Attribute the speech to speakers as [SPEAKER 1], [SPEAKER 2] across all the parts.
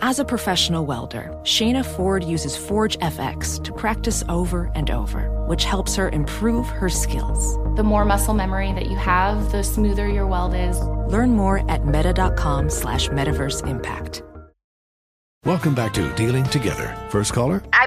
[SPEAKER 1] As a professional welder, Shayna Ford uses Forge FX to practice over and over, which helps her improve her skills.
[SPEAKER 2] The more muscle memory that you have, the smoother your weld is.
[SPEAKER 1] Learn more at meta.com slash metaverse impact.
[SPEAKER 3] Welcome back to Dealing Together. First caller?
[SPEAKER 4] I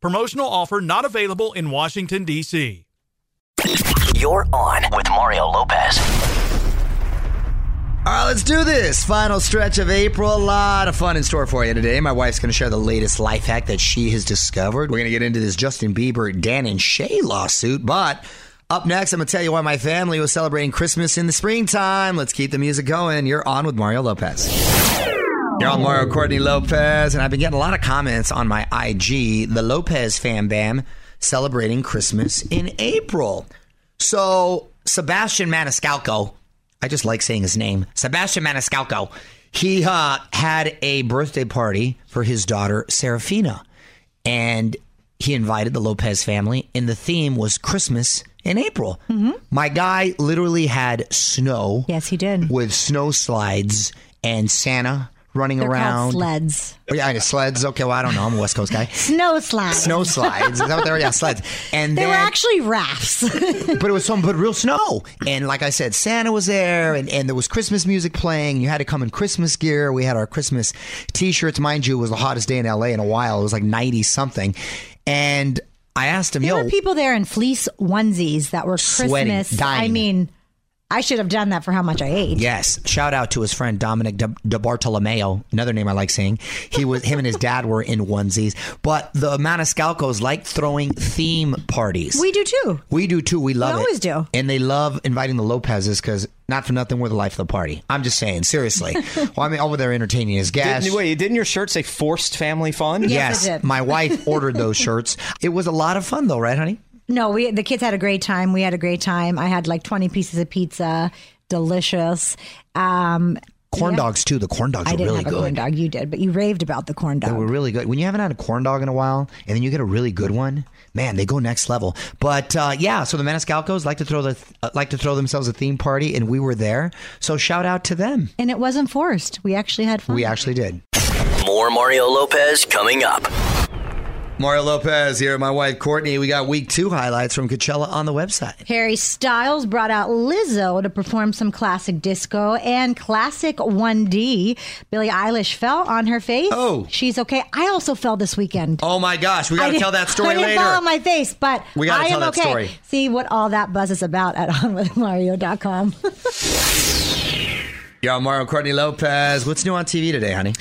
[SPEAKER 5] Promotional offer not available in Washington, D.C.
[SPEAKER 6] You're on with Mario Lopez.
[SPEAKER 7] All right, let's do this. Final stretch of April. A lot of fun in store for you today. My wife's going to share the latest life hack that she has discovered. We're going to get into this Justin Bieber, Dan, and Shay lawsuit. But up next, I'm going to tell you why my family was celebrating Christmas in the springtime. Let's keep the music going. You're on with Mario Lopez. You're on Mario Courtney Lopez, and I've been getting a lot of comments on my IG, the Lopez Fan Bam, celebrating Christmas in April. So, Sebastian Maniscalco, I just like saying his name, Sebastian Maniscalco, he uh, had a birthday party for his daughter, Serafina, and he invited the Lopez family, and the theme was Christmas in April. Mm-hmm. My guy literally had snow.
[SPEAKER 8] Yes, he did.
[SPEAKER 7] With snow slides and Santa running
[SPEAKER 8] They're
[SPEAKER 7] around.
[SPEAKER 8] sleds.
[SPEAKER 7] Oh, yeah, and sleds. Okay, well, I don't know. I'm a West Coast guy.
[SPEAKER 8] Snow slides.
[SPEAKER 7] Snow slides. Is that what they were? Yeah, sleds. And
[SPEAKER 8] they
[SPEAKER 7] then,
[SPEAKER 8] were actually rafts.
[SPEAKER 7] but it was some, but real snow. And like I said, Santa was there, and, and there was Christmas music playing. You had to come in Christmas gear. We had our Christmas T-shirts. Mind you, it was the hottest day in LA in a while. It was like 90 something, and. I asked him,
[SPEAKER 8] there
[SPEAKER 7] "Yo,
[SPEAKER 8] were people there in fleece onesies that were
[SPEAKER 7] Sweating,
[SPEAKER 8] Christmas. I
[SPEAKER 7] dying.
[SPEAKER 8] mean, I should have done that for how much I ate.
[SPEAKER 7] Yes. Shout out to his friend Dominic De- DeBartolomeo, another name I like saying. He was him and his dad were in onesies. But the Maniscalcos like throwing theme parties.
[SPEAKER 8] We do too.
[SPEAKER 7] We do too. We love it.
[SPEAKER 8] We always do.
[SPEAKER 7] And they love inviting the Lopezes because not for nothing, we're the life of the party. I'm just saying, seriously. well, I mean, over there entertaining his guests.
[SPEAKER 9] Didn't, wait, didn't your shirt say forced family fun?
[SPEAKER 8] Yes,
[SPEAKER 7] Yes,
[SPEAKER 8] it did.
[SPEAKER 7] my wife ordered those shirts. It was a lot of fun, though, right, honey?
[SPEAKER 8] No, we the kids had a great time. We had a great time. I had like 20 pieces of pizza, delicious. Um,
[SPEAKER 7] Corn dogs too. The corn dogs
[SPEAKER 8] I
[SPEAKER 7] are
[SPEAKER 8] didn't
[SPEAKER 7] really
[SPEAKER 8] have a
[SPEAKER 7] good.
[SPEAKER 8] corn dog. You did, but you raved about the corn
[SPEAKER 7] They
[SPEAKER 8] dog.
[SPEAKER 7] were really good. When you haven't had a corn dog in a while, and then you get a really good one, man, they go next level. But uh, yeah, so the Maniscalcos like to throw the uh, like to throw themselves a theme party, and we were there. So shout out to them.
[SPEAKER 8] and it wasn't forced. We actually had fun.
[SPEAKER 7] We actually did.
[SPEAKER 6] More Mario Lopez coming up.
[SPEAKER 7] Mario Lopez here, my wife Courtney. We got week two highlights from Coachella on the website.
[SPEAKER 8] Harry Styles brought out Lizzo to perform some classic disco and classic 1D. Billie Eilish fell on her face.
[SPEAKER 7] Oh.
[SPEAKER 8] She's okay. I also fell this weekend.
[SPEAKER 7] Oh my gosh, we
[SPEAKER 8] I
[SPEAKER 7] got to
[SPEAKER 8] didn't-
[SPEAKER 7] tell that story
[SPEAKER 8] I didn't
[SPEAKER 7] later.
[SPEAKER 8] fall on my face, but
[SPEAKER 7] We gotta
[SPEAKER 8] I am
[SPEAKER 7] tell that
[SPEAKER 8] okay.
[SPEAKER 7] story.
[SPEAKER 8] See what all that buzz is about at onwithmario.com.
[SPEAKER 7] Yo, I'm Mario Courtney Lopez. What's new on TV today, honey?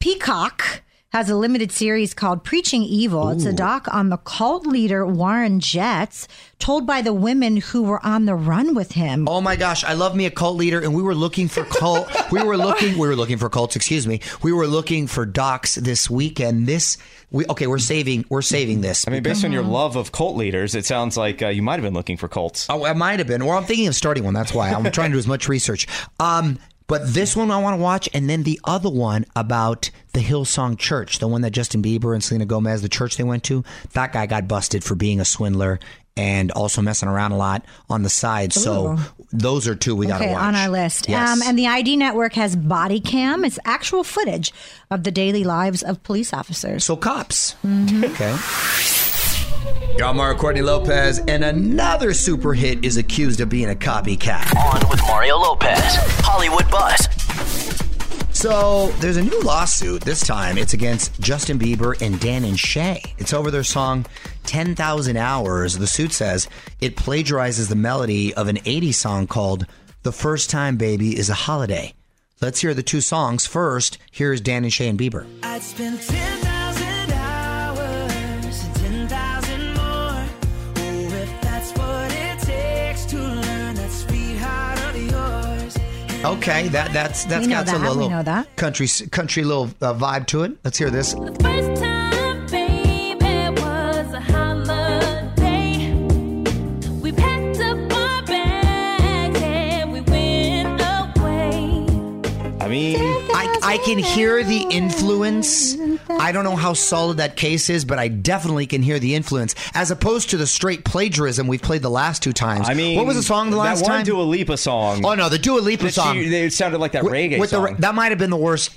[SPEAKER 8] Peacock has a limited series called Preaching Evil. It's a doc on the cult leader Warren Jets, told by the women who were on the run with him.
[SPEAKER 7] Oh my gosh, I love me a cult leader, and we were looking for cult. we were looking. We were looking for cults. Excuse me. We were looking for docs this weekend. This we okay. We're saving. We're saving this.
[SPEAKER 9] I mean, based on your love of cult leaders, it sounds like uh, you might have been looking for cults.
[SPEAKER 7] oh, I might have been, or I'm thinking of starting one. That's why I'm trying to do as much research. Um, but this one I want to watch, and then the other one about the Hillsong Church, the one that Justin Bieber and Selena Gomez, the church they went to. That guy got busted for being a swindler and also messing around a lot on the side. So
[SPEAKER 8] Ooh.
[SPEAKER 7] those are two we got to
[SPEAKER 8] okay,
[SPEAKER 7] watch
[SPEAKER 8] on our list.
[SPEAKER 7] Yes.
[SPEAKER 8] Um, and the ID network has body cam. It's actual footage of the daily lives of police officers.
[SPEAKER 7] So cops. Okay. Y'all, Mario Courtney Lopez, and another super hit is accused of being a copycat.
[SPEAKER 6] On with Mario Lopez, Hollywood Buzz.
[SPEAKER 7] So there's a new lawsuit. This time it's against Justin Bieber and Dan and Shay. It's over their song 10,000 Hours. The suit says it plagiarizes the melody of an 80s song called The First Time Baby is a Holiday. Let's hear the two songs first. Here's Dan and Shay and Bieber.
[SPEAKER 10] I'd spend 10,000 hours, 10,000 more. Oh, if that's what it takes to learn that sweetheart of yours.
[SPEAKER 7] Okay, that that's that's
[SPEAKER 10] We know
[SPEAKER 7] got some
[SPEAKER 10] that, we
[SPEAKER 7] little
[SPEAKER 10] know that.
[SPEAKER 7] country country little uh, vibe to it. Let's hear this.
[SPEAKER 10] First time, baby, was a holiday. We packed up our bags and we went away.
[SPEAKER 7] I mean, I, I can hear the influence. I don't know how solid that case is, but I definitely can hear the influence as opposed to the straight plagiarism we've played the last two times.
[SPEAKER 9] I mean,
[SPEAKER 7] what was the song the last
[SPEAKER 9] that
[SPEAKER 7] time?
[SPEAKER 9] That one Dua Lipa song.
[SPEAKER 7] Oh no, the Dua Lipa
[SPEAKER 9] That she-
[SPEAKER 7] song.
[SPEAKER 9] It sounded like that
[SPEAKER 7] With-
[SPEAKER 9] reggae
[SPEAKER 7] with the
[SPEAKER 9] song.
[SPEAKER 7] re- that might have been the worst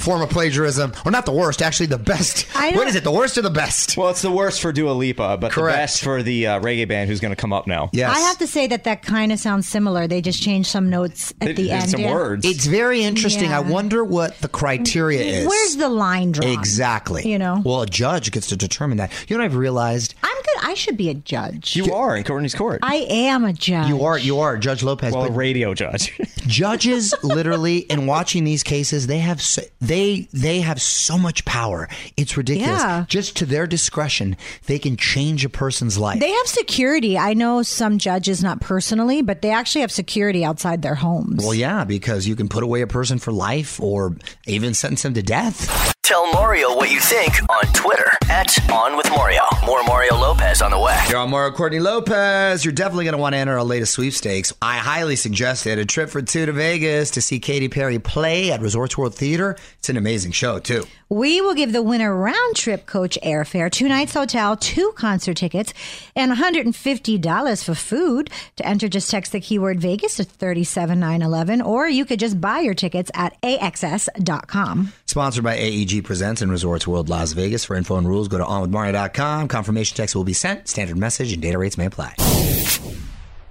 [SPEAKER 7] form of plagiarism, or not the worst, actually the best.
[SPEAKER 8] I
[SPEAKER 7] What
[SPEAKER 8] don't-
[SPEAKER 7] is it? The worst or the best?
[SPEAKER 9] Well, it's the worst for Dua Lipa, but
[SPEAKER 7] Correct.
[SPEAKER 9] the best for the uh, reggae band who's going to come up now.
[SPEAKER 8] I have to say that that kind of sounds similar. They just changed some notes at the end. Yeah.
[SPEAKER 7] It's very interesting. I
[SPEAKER 8] Yeah.
[SPEAKER 7] wonder what the criteria is.
[SPEAKER 8] Where's the line drawn?
[SPEAKER 7] Exactly.
[SPEAKER 8] You know?
[SPEAKER 7] Well, a judge gets to determine that. You know what I've realized?
[SPEAKER 8] I'm good. I should be a judge.
[SPEAKER 9] You are in Courtney's court.
[SPEAKER 8] I am a judge.
[SPEAKER 7] You are, you are Judge Lopez.
[SPEAKER 9] well, a
[SPEAKER 7] but
[SPEAKER 9] radio judge.
[SPEAKER 7] judges, literally, in watching these cases, they have so, they they have so much power. It's ridiculous.
[SPEAKER 8] Yeah.
[SPEAKER 7] Just to their discretion, they can change a person's life.
[SPEAKER 8] They have security. I know some judges, not personally, but they actually have security outside their homes.
[SPEAKER 7] well, yeah, because you can put away a person for life, or even sentence them to death.
[SPEAKER 6] Tell Mario what you think on Twitter at On With Mario. More Mario Lopez on the way.
[SPEAKER 7] You're on Mario Courtney Lopez. You're definitely going to want to enter our latest sweepstakes. I highly suggest it. A trip for two to Vegas to see Katy Perry play at Resorts World Theater. It's an amazing show, too.
[SPEAKER 8] We will give the winner round trip coach airfare, two nights hotel, two concert tickets, and $150 for food. To enter, just text the keyword Vegas to 37911, or you could just buy your tickets at axs.com.
[SPEAKER 7] Sponsored by AEG Presents and Resorts World Las Vegas. For info and rules, go to onwithmario.com. Confirmation text will be sent. Standard message and data rates may apply.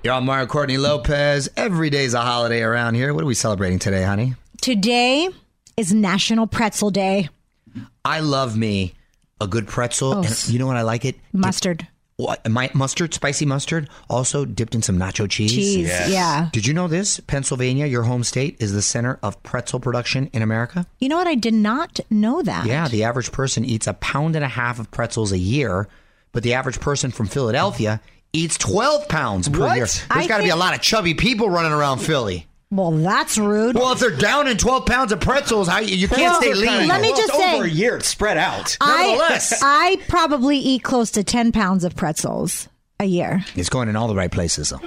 [SPEAKER 7] You're on Mario Courtney Lopez. Every day's a holiday around here. What are we celebrating today, honey?
[SPEAKER 8] Today is National Pretzel Day.
[SPEAKER 7] I love me a good pretzel.
[SPEAKER 8] Oh,
[SPEAKER 7] and you know what I like it?
[SPEAKER 8] Mustard.
[SPEAKER 7] What, my mustard, spicy mustard, also dipped in some nacho cheese.
[SPEAKER 8] Cheese, Yes. yeah.
[SPEAKER 7] Did you know this? Pennsylvania, your home state, is the center of pretzel production in America.
[SPEAKER 8] You know what? I did not know that.
[SPEAKER 7] Yeah, the average person eats a pound and a half of pretzels a year, but the average person from Philadelphia eats 12 pounds per
[SPEAKER 8] What?
[SPEAKER 7] year.
[SPEAKER 8] I
[SPEAKER 7] There's got to be a
[SPEAKER 8] think-
[SPEAKER 7] lot of chubby people running around Philly.
[SPEAKER 8] Well, that's rude.
[SPEAKER 7] Well, if they're down in 12 pounds of pretzels, how you, you can't
[SPEAKER 8] Well,
[SPEAKER 7] stay lean.
[SPEAKER 8] let me
[SPEAKER 9] Well, it's
[SPEAKER 8] just say-
[SPEAKER 9] over a year. It's spread out.
[SPEAKER 8] I,
[SPEAKER 7] Nevertheless.
[SPEAKER 8] I probably eat close to 10 pounds of pretzels a year.
[SPEAKER 7] It's going in all the right places, though.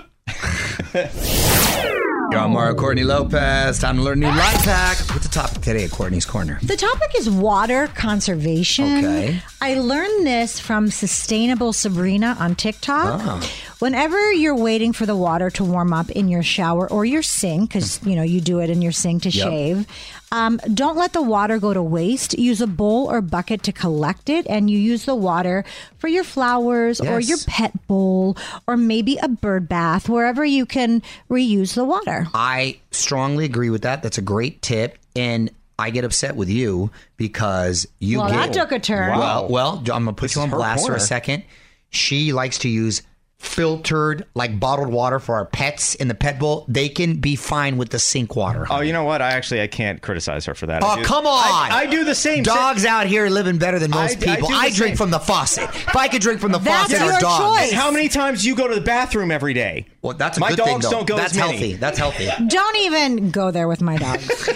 [SPEAKER 7] You're on Mario Courtney Lopez. Time to learn a new life hack. What's the topic today at Courtney's Corner?
[SPEAKER 8] The topic is water conservation.
[SPEAKER 7] Okay.
[SPEAKER 8] I learned this from Sustainable Sabrina on TikTok.
[SPEAKER 7] Wow.
[SPEAKER 8] Whenever you're waiting for the water to warm up in your shower or your sink, because you know you do it in your sink to
[SPEAKER 7] Mm. Yep.
[SPEAKER 8] shave, um, don't let the water go to waste. Use a bowl or bucket to collect it, and you use the water for your flowers or
[SPEAKER 7] Yes.
[SPEAKER 8] your pet bowl or maybe a bird bath, wherever you can reuse the water.
[SPEAKER 7] I strongly agree with that. That's a great tip. And I get upset with you because you
[SPEAKER 8] Well,
[SPEAKER 7] get.
[SPEAKER 8] that took a turn.
[SPEAKER 7] Well, well, I'm going to put
[SPEAKER 9] This
[SPEAKER 7] you on
[SPEAKER 9] is her
[SPEAKER 7] blast for a
[SPEAKER 9] corner.
[SPEAKER 7] second. She likes to use filtered, like bottled water for our pets in the pet bowl. They can be fine with the sink water.
[SPEAKER 9] Oh, you know what? I actually I can't criticize her for that. I
[SPEAKER 7] Oh,
[SPEAKER 9] do-
[SPEAKER 7] come on.
[SPEAKER 9] I, I do the same.
[SPEAKER 7] Dogs out here living better than most
[SPEAKER 9] I- I
[SPEAKER 7] people.
[SPEAKER 9] do the
[SPEAKER 7] I, drink
[SPEAKER 9] same.
[SPEAKER 7] from the faucet. If I could drink from the
[SPEAKER 8] That's
[SPEAKER 7] faucet or
[SPEAKER 8] your
[SPEAKER 7] dogs.
[SPEAKER 8] choice.
[SPEAKER 9] How many times do you go to the bathroom every day?
[SPEAKER 7] Well, that's a
[SPEAKER 9] My
[SPEAKER 7] good
[SPEAKER 9] dogs
[SPEAKER 7] thing, though.
[SPEAKER 9] don't go
[SPEAKER 7] That's
[SPEAKER 9] as many.
[SPEAKER 7] healthy. That's healthy.
[SPEAKER 8] Don't even go there with my dogs.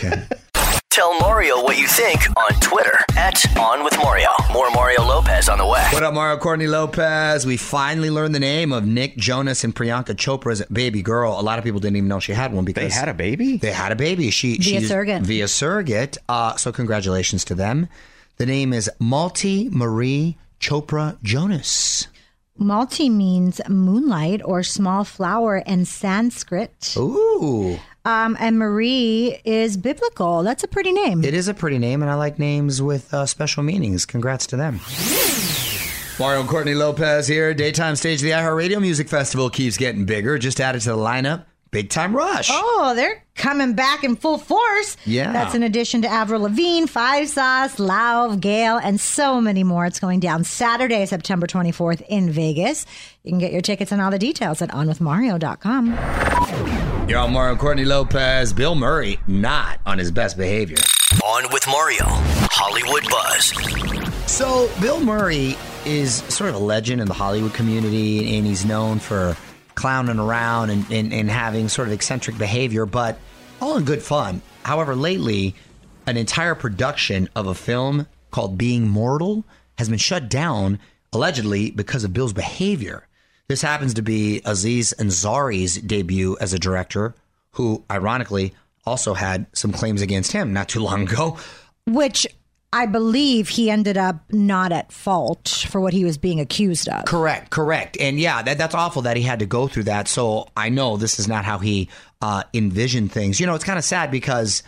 [SPEAKER 6] Tell Mario what you think on Twitter at On With Mario. More Mario Lopez on the way.
[SPEAKER 7] What up, Mario Courtney Lopez? We finally learned the name of Nick Jonas and Priyanka Chopra's baby girl. A lot of people didn't even know she had one because
[SPEAKER 9] They had a baby.
[SPEAKER 7] They had a baby. She
[SPEAKER 8] Via
[SPEAKER 7] she-
[SPEAKER 8] surrogate.
[SPEAKER 7] Via surrogate. Uh, so congratulations to them. The name is Malti Marie Chopra Jonas.
[SPEAKER 8] Malti means moonlight or small flower in Sanskrit.
[SPEAKER 7] Oh. Ooh.
[SPEAKER 8] Um, and Marie is biblical. That's a pretty name.
[SPEAKER 7] It is a pretty name, and I like names with uh, special meanings. Congrats to them. Mario and Courtney Lopez here. Daytime stage of the iHeartRadio Music Festival keeps getting bigger. Just added to the lineup, Big Time Rush.
[SPEAKER 8] Oh, they're coming back in full force.
[SPEAKER 7] Yeah.
[SPEAKER 8] That's in addition to Avril Lavigne, Five Sauce, Lauv, Gale, and so many more. It's going down Saturday, September 24th in Vegas. You can get your tickets and all the details at onwithmario.com.
[SPEAKER 7] You're on Mario and Courtney Lopez. Bill Murray not on his best behavior.
[SPEAKER 6] On with Mario, Hollywood Buzz.
[SPEAKER 7] So, Bill Murray is sort of a legend in the Hollywood community, and he's known for clowning around and, and, and having sort of eccentric behavior, but all in good fun. However, lately, an entire production of a film called Being Mortal has been shut down, allegedly because of Bill's behavior. This happens to be Aziz Ansari's debut as a director, who ironically also had some claims against him not too long ago.
[SPEAKER 8] Which I believe he ended up not at fault for what he was being accused of.
[SPEAKER 7] Correct, correct. And yeah, that, that's awful that he had to go through that. So I know this is not how he uh, envisioned things. You know, it's kind of sad because,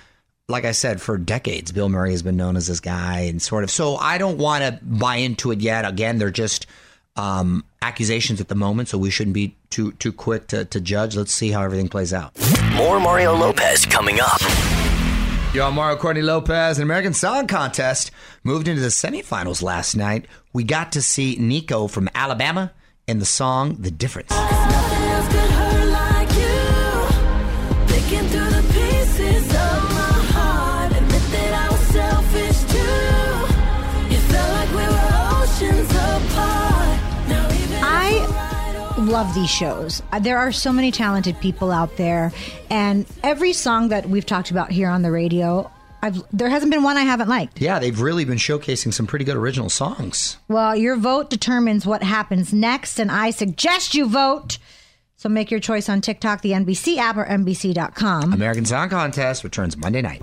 [SPEAKER 7] like I said, for decades, Bill Murray has been known as this guy and sort of. So I don't want to buy into it yet. Again, they're just um, accusations at the moment, so we shouldn't be too too quick to, to judge. Let's see how everything plays out.
[SPEAKER 6] More Mario Lopez coming up.
[SPEAKER 7] Yo, I'm Mario Courtney Lopez. An American Song Contest moved into the semifinals last night. We got to see Nico from Alabama and the song The Difference.
[SPEAKER 8] love these shows. Uh, There are so many talented people out there, and every song that we've talked about here on the radio, I've there hasn't been one I haven't liked.
[SPEAKER 7] Yeah, they've really been showcasing some pretty good original songs.
[SPEAKER 8] Well, your vote determines what happens next, and I suggest you vote. So make your choice on TikTok, the NBC app, or NBC.com.
[SPEAKER 7] American Song Contest returns Monday night.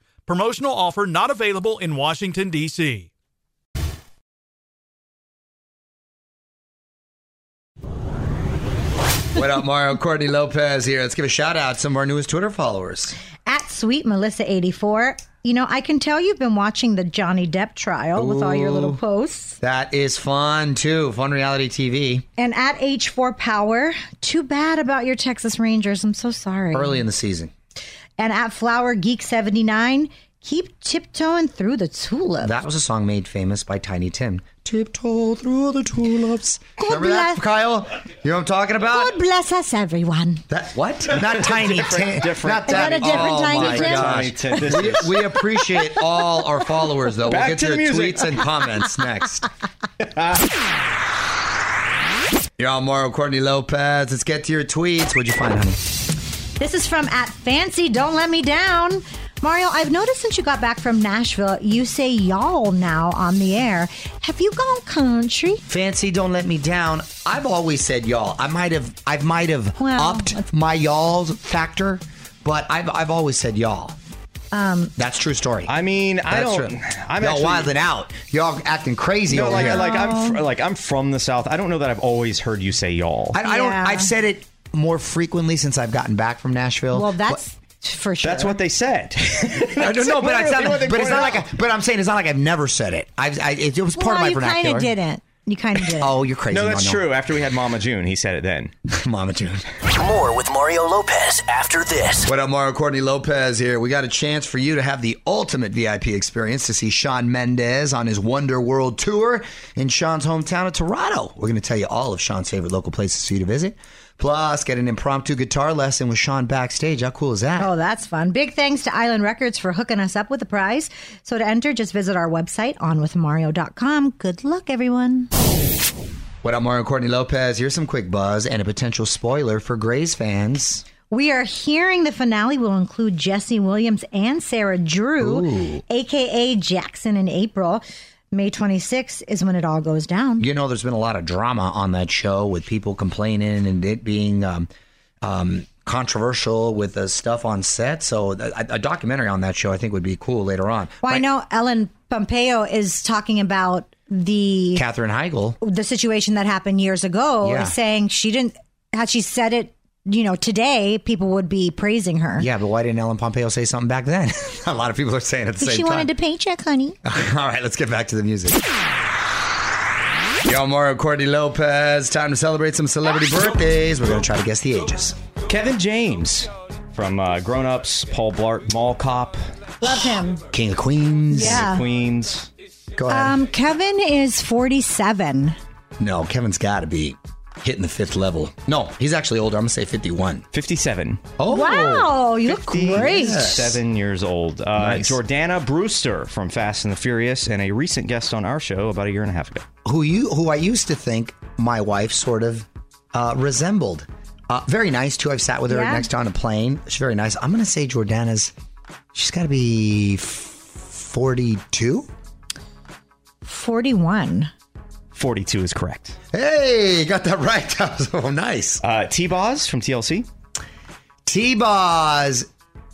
[SPEAKER 5] Promotional offer not available in Washington, D.C.
[SPEAKER 7] what up, Mario? Courtney Lopez here. Let's give a shout out to some of our newest Twitter followers.
[SPEAKER 8] At Sweet Melissa eighty four. You know, I can tell you've been watching the Johnny Depp trial with all your little
[SPEAKER 7] Ooh.
[SPEAKER 8] posts.
[SPEAKER 7] That is fun too. Fun reality TV.
[SPEAKER 8] And at H4 Power, too bad about your Texas Rangers. I'm so sorry.
[SPEAKER 7] Early in the season.
[SPEAKER 8] And at Flower Geek 79, keep tiptoeing through the tulip.
[SPEAKER 7] That was a song made famous by Tiny Tim. Tiptoe through the tulips. Remember
[SPEAKER 8] bless.
[SPEAKER 7] that, Kyle? You know what I'm talking about?
[SPEAKER 8] God bless us, everyone.
[SPEAKER 7] That what? Not tiny
[SPEAKER 8] Different-
[SPEAKER 7] Tim.
[SPEAKER 8] different-
[SPEAKER 7] Not that.
[SPEAKER 8] Is that a different
[SPEAKER 7] oh
[SPEAKER 8] Tiny
[SPEAKER 7] my
[SPEAKER 8] Tim?
[SPEAKER 9] Tiny Tim,
[SPEAKER 7] gosh.
[SPEAKER 9] this
[SPEAKER 7] we,
[SPEAKER 9] is-
[SPEAKER 7] we appreciate all our followers though.
[SPEAKER 9] Back
[SPEAKER 7] we'll get
[SPEAKER 9] to
[SPEAKER 7] your
[SPEAKER 9] the music.
[SPEAKER 7] tweets and comments next. You're on Mario Courtney Lopez. Let's get to your tweets. What'd you find, honey?
[SPEAKER 8] This is from at Fancy Don't Let Me Down. Mario, I've noticed since you got back from Nashville, you say y'all now on the air. Have you gone country?
[SPEAKER 7] Fancy Don't Let Me Down. I've always said y'all. I might have I might have
[SPEAKER 8] Well,
[SPEAKER 7] upped my y'all factor, but I've I've always said y'all.
[SPEAKER 8] Um,
[SPEAKER 7] That's true story.
[SPEAKER 9] I mean, I
[SPEAKER 7] That's
[SPEAKER 9] don't-
[SPEAKER 7] True.
[SPEAKER 9] I'm
[SPEAKER 7] y'all
[SPEAKER 9] actually-
[SPEAKER 7] wilding out. Y'all acting crazy
[SPEAKER 9] No,
[SPEAKER 7] over
[SPEAKER 9] like,
[SPEAKER 7] here.
[SPEAKER 9] like I'm fr- like I'm from the South. I don't know that I've always heard you say y'all.
[SPEAKER 7] I, I don't. I've said it more frequently since I've gotten back from Nashville.
[SPEAKER 8] Well, that's for sure.
[SPEAKER 9] That's what they said.
[SPEAKER 7] I don't know, but it's
[SPEAKER 9] Literally what
[SPEAKER 7] not.
[SPEAKER 9] they
[SPEAKER 7] But it's not
[SPEAKER 9] pointed
[SPEAKER 7] like.
[SPEAKER 9] out.
[SPEAKER 7] I, but I'm saying it's not like I've never said it. I've, I, it, it was part of
[SPEAKER 8] well,
[SPEAKER 7] my
[SPEAKER 8] you kind
[SPEAKER 7] vernacular.
[SPEAKER 8] of didn't. You kind of didn't.
[SPEAKER 7] Oh, you're crazy.
[SPEAKER 9] No, that's
[SPEAKER 7] no.
[SPEAKER 9] true. After we had Mama June, he said it then.
[SPEAKER 7] Mama June.
[SPEAKER 6] More with Mario Lopez after this.
[SPEAKER 7] What up, Mario Courtney Lopez here. We got a chance for you to have the ultimate VIP experience to see Sean Mendez on his Wonder World tour in Sean's hometown of Toronto. We're going to tell you all of Sean's favorite local places for you to visit. Plus, get an impromptu guitar lesson with Sean backstage. How cool is that?
[SPEAKER 8] Oh, that's fun. Big thanks to Island Records for hooking us up with a prize. So to enter, just visit our website, onwithmario.com. Good luck, everyone.
[SPEAKER 7] What up, Mario Courtney Lopez? Here's some quick buzz and a potential spoiler for Grays fans.
[SPEAKER 8] We are hearing the finale will include Jesse Williams and Sarah Drew,
[SPEAKER 7] Ooh.
[SPEAKER 8] aka Jackson and April. May 26th is when it all goes down.
[SPEAKER 7] You know, there's been a lot of drama on that show with people complaining and it being um, um, controversial with the stuff on set. So, a, a documentary on that show I think would be cool later on.
[SPEAKER 8] Well, I know Ellen Pompeo is talking about the
[SPEAKER 7] Katherine Heigl.
[SPEAKER 8] the situation that happened years ago,
[SPEAKER 7] Yeah.
[SPEAKER 8] saying she didn't had she said it, you know, today people would be praising her.
[SPEAKER 7] Yeah, but why didn't Ellen Pompeo say something back then? a lot of people are saying at the same
[SPEAKER 8] She
[SPEAKER 7] time.
[SPEAKER 8] wanted a paycheck, honey.
[SPEAKER 7] All right, let's get back to the music. Yo, Mario Courtney Lopez. Time to celebrate some celebrity birthdays. We're going to try to guess the ages.
[SPEAKER 9] Kevin James from uh, Grown Ups, Paul Blart, Mall Cop,
[SPEAKER 8] Love him.
[SPEAKER 7] King of Queens.
[SPEAKER 8] Yeah.
[SPEAKER 9] Queens.
[SPEAKER 7] Go ahead.
[SPEAKER 8] Um, Kevin is 47.
[SPEAKER 7] No, Kevin's got to be hitting the fifth level. No, he's actually older. I'm going to say 51.
[SPEAKER 9] 57.
[SPEAKER 7] Oh,
[SPEAKER 8] wow, you look great.
[SPEAKER 9] Seven years old. Uh,
[SPEAKER 7] Nice.
[SPEAKER 9] Jordana Brewster from Fast and the Furious and a recent guest on our show about a year and a half ago.
[SPEAKER 7] Who you? Who I used to think my wife sort of uh, resembled. Uh, very nice too. I've sat with her
[SPEAKER 8] Yeah.
[SPEAKER 7] next on a plane. She's very nice. I'm going to say Jordana's. She's got to be f- 42.
[SPEAKER 8] 41.
[SPEAKER 9] 42 is correct.
[SPEAKER 7] Hey, got that right. That was oh, nice.
[SPEAKER 9] Uh, T Boz from TLC.
[SPEAKER 7] T Boz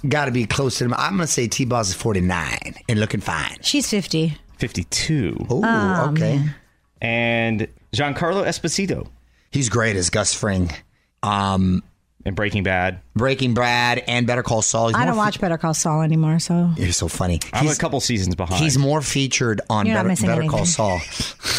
[SPEAKER 7] got to be close to him. I'm going to say T Boz is 49 and looking fine.
[SPEAKER 8] She's 50.
[SPEAKER 9] 52.
[SPEAKER 7] Oh, okay.
[SPEAKER 9] And Giancarlo Esposito
[SPEAKER 7] He's great as Gus Fring. Um,
[SPEAKER 9] in Breaking Bad.
[SPEAKER 7] Breaking Brad and Better Call Saul. He's
[SPEAKER 8] I
[SPEAKER 7] more
[SPEAKER 8] don't
[SPEAKER 7] fe-
[SPEAKER 8] watch Better Call Saul anymore, so.
[SPEAKER 7] You're so funny.
[SPEAKER 9] I'm a
[SPEAKER 7] He's,
[SPEAKER 9] couple seasons behind.
[SPEAKER 7] he's more featured on
[SPEAKER 8] You're not
[SPEAKER 7] Better,
[SPEAKER 8] missing
[SPEAKER 7] Better Call
[SPEAKER 8] anything.
[SPEAKER 7] Saul.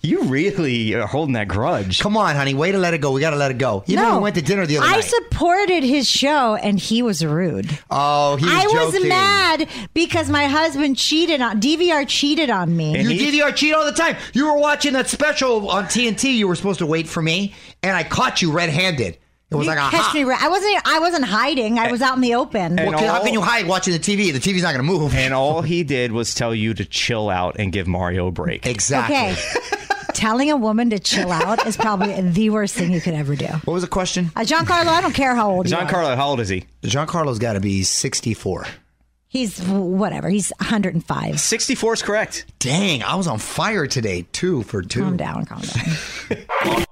[SPEAKER 9] you really are holding that grudge.
[SPEAKER 7] Come on, honey. Way to let it go. We got to let it go. You know, we went to dinner the other
[SPEAKER 8] I
[SPEAKER 7] night.
[SPEAKER 8] supported his show and he was rude.
[SPEAKER 7] oh, he was
[SPEAKER 8] I
[SPEAKER 7] joking.
[SPEAKER 8] was mad because my husband cheated on DVR cheated on me.
[SPEAKER 7] You DVR cheat all the time. You were watching that special on TNT. You were supposed to wait for me, and I caught you red-handed. It was
[SPEAKER 8] You
[SPEAKER 7] like,
[SPEAKER 8] catch
[SPEAKER 7] aha.
[SPEAKER 8] me ra- I wasn't I wasn't hiding. I was out in the open.
[SPEAKER 7] Well,
[SPEAKER 9] And
[SPEAKER 7] can- how
[SPEAKER 9] all-
[SPEAKER 7] can you hide watching the TV? The TV's not going to move.
[SPEAKER 9] And all he did was tell you to chill out and give Mario a break.
[SPEAKER 7] exactly.
[SPEAKER 8] Okay. Telling a woman to chill out is probably the worst thing you could ever do.
[SPEAKER 7] What was the question?
[SPEAKER 8] Uh, Giancarlo, I don't care how old you are.
[SPEAKER 9] Giancarlo, how old is he?
[SPEAKER 7] Giancarlo's got to be 64.
[SPEAKER 8] He's whatever. He's 105.
[SPEAKER 9] 64 is correct.
[SPEAKER 7] Dang, I was on fire today. Two for two.
[SPEAKER 8] Calm down, calm down.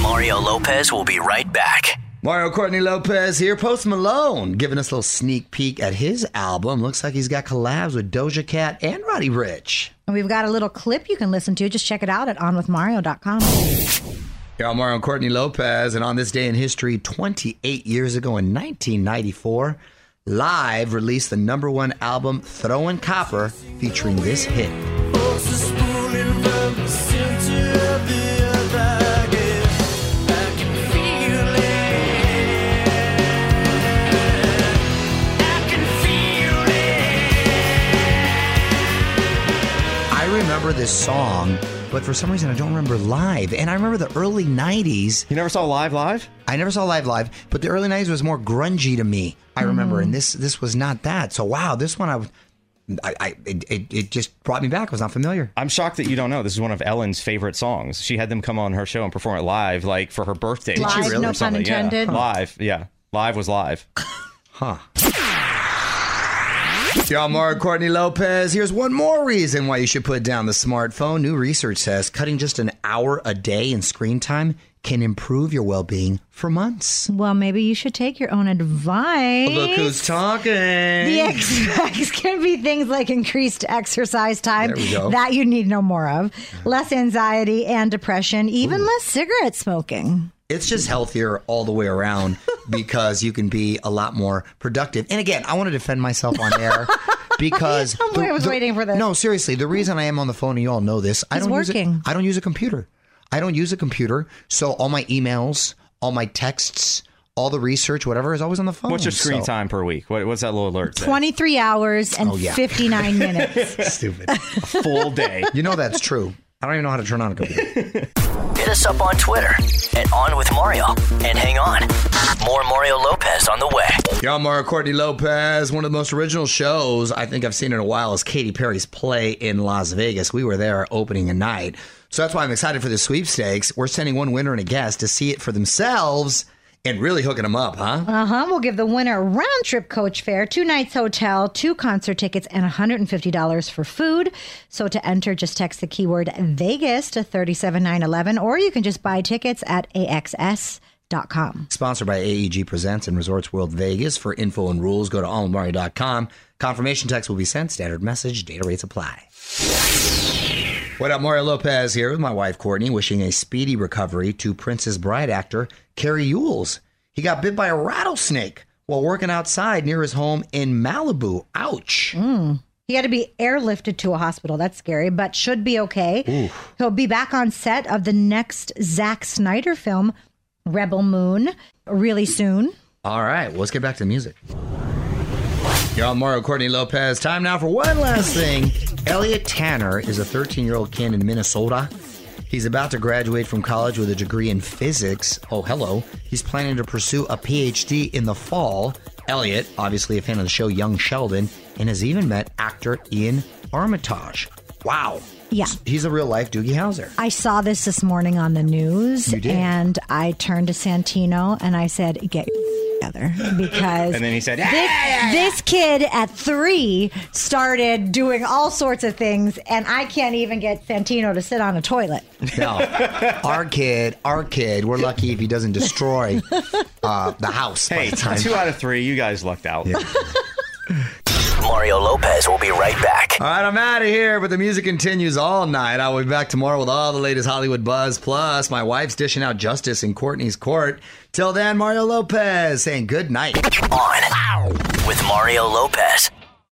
[SPEAKER 6] Mario Lopez will be right back.
[SPEAKER 7] Mario Courtney Lopez here, Post Malone, giving us a little sneak peek at his album. Looks like he's got collabs with Doja Cat and Roddy Rich.
[SPEAKER 8] And we've got a little clip you can listen to. Just check it out at onwithmario.com.
[SPEAKER 7] Y'all, Mario and Courtney Lopez, and on this day in history, 28 years ago in 1994, Live released the number one album, Throwing Copper, featuring this hit. I remember this song, but for some reason I don't remember live. And I remember the early 90s.
[SPEAKER 9] You never saw live live?
[SPEAKER 7] I never saw live live, but the early 90s was more grungy to me. I remember, and this this was not that. So wow, this one I was- I, I it, it, it just brought me back. I was not familiar.
[SPEAKER 9] I'm shocked that you don't know. This is one of Ellen's favorite songs. She had them come on her show and perform it live, like for her birthday.
[SPEAKER 8] Did she Live, really? no
[SPEAKER 9] Or
[SPEAKER 8] pun
[SPEAKER 9] something. Yeah.
[SPEAKER 8] intended.
[SPEAKER 9] Live, yeah. Live was live.
[SPEAKER 7] Huh. Y'all, Mara Courtney Lopez. Here's one more reason why you should put down the smartphone. New research says cutting just an hour a day in screen time can improve your well being for months.
[SPEAKER 8] Well, maybe you should take your own advice.
[SPEAKER 7] Look who's talking.
[SPEAKER 8] The extracts can be things like increased exercise time
[SPEAKER 7] There we go.
[SPEAKER 8] that you need no more of, less anxiety and depression, even less cigarette smoking.
[SPEAKER 7] it's just healthier all the way around because you can be a lot more productive. And again, I want to defend myself on air because
[SPEAKER 8] Somebody was waiting for this.
[SPEAKER 7] No, seriously, the reason I am on the phone and you all know this, I
[SPEAKER 8] He's
[SPEAKER 7] don't use
[SPEAKER 8] working.
[SPEAKER 7] a, I don't use a computer. I don't use a computer, so all my emails, all my texts, all the research, whatever is always on the phone.
[SPEAKER 9] What's your screen
[SPEAKER 7] so-
[SPEAKER 9] time per week? What, what's that little alert? say?
[SPEAKER 8] 23 hours and
[SPEAKER 7] Oh, yeah.
[SPEAKER 8] 59 minutes.
[SPEAKER 7] Stupid.
[SPEAKER 9] Full day.
[SPEAKER 7] You know that's true. I don't even know how to turn on a computer.
[SPEAKER 6] Hit us up on Twitter at On With Mario. And hang on, more Mario Lopez on the way.
[SPEAKER 7] Y'all, Mario Courtney Lopez. One of the most original shows I think I've seen in a while is Katy Perry's play in Las Vegas. We were there opening a night. So that's why I'm excited for the sweepstakes. We're sending one winner and a guest to see it for themselves and really hooking them up, huh?
[SPEAKER 8] Uh huh. We'll give the winner a round trip coach fare, two nights hotel, two concert tickets, and $150 for food. So to enter, just text the keyword Vegas to 37911, or you can just buy tickets at axs.com.
[SPEAKER 7] Sponsored by AEG Presents and Resorts World Vegas. For info and rules, go to allmario.com. Confirmation text will be sent. Standard message. Data rates apply. What up, Mario Lopez here with my wife Courtney, wishing a speedy recovery to Prince's Bride actor Carrie Ewells. He got bit by a rattlesnake while working outside near his home in Malibu. Ouch.
[SPEAKER 8] He had to be airlifted to a hospital. That's scary, but should be okay. He'll be back on set of the next Zack Snyder film, Rebel Moon, really soon.
[SPEAKER 7] All right, well, let's get back to the music. You're on Mario Courtney Lopez. Time now for one last thing. Elliot Tanner is a 13 year old kid in Minnesota. He's about to graduate from college with a degree in physics. Oh, hello. He's planning to pursue a PhD in the fall. Elliot, obviously a fan of the show Young Sheldon, and has even met actor Ian Armitage. Wow.
[SPEAKER 8] Yeah.
[SPEAKER 7] He's a real life Doogie Howser.
[SPEAKER 8] I saw this this morning on the news,
[SPEAKER 7] You did?
[SPEAKER 8] and I turned to Santino and I said, "Get your together," because
[SPEAKER 9] And then he said,
[SPEAKER 8] This,
[SPEAKER 9] "Ah!"
[SPEAKER 8] this kid at three started doing all sorts of things, and I can't even get Santino to sit on a toilet.
[SPEAKER 7] No, our kid, our kid. We're lucky if he doesn't destroy uh, the house.
[SPEAKER 9] Hey,
[SPEAKER 7] by the time.
[SPEAKER 9] two out of three. You guys lucked out.
[SPEAKER 6] Mario Lopez will be right back.
[SPEAKER 7] All right, I'm out of here, but the music continues all night. I'll be back tomorrow with all the latest Hollywood buzz. Plus, my wife's dishing out justice in Courtney's court. Till then, Mario Lopez saying good night.
[SPEAKER 6] On with Mario Lopez.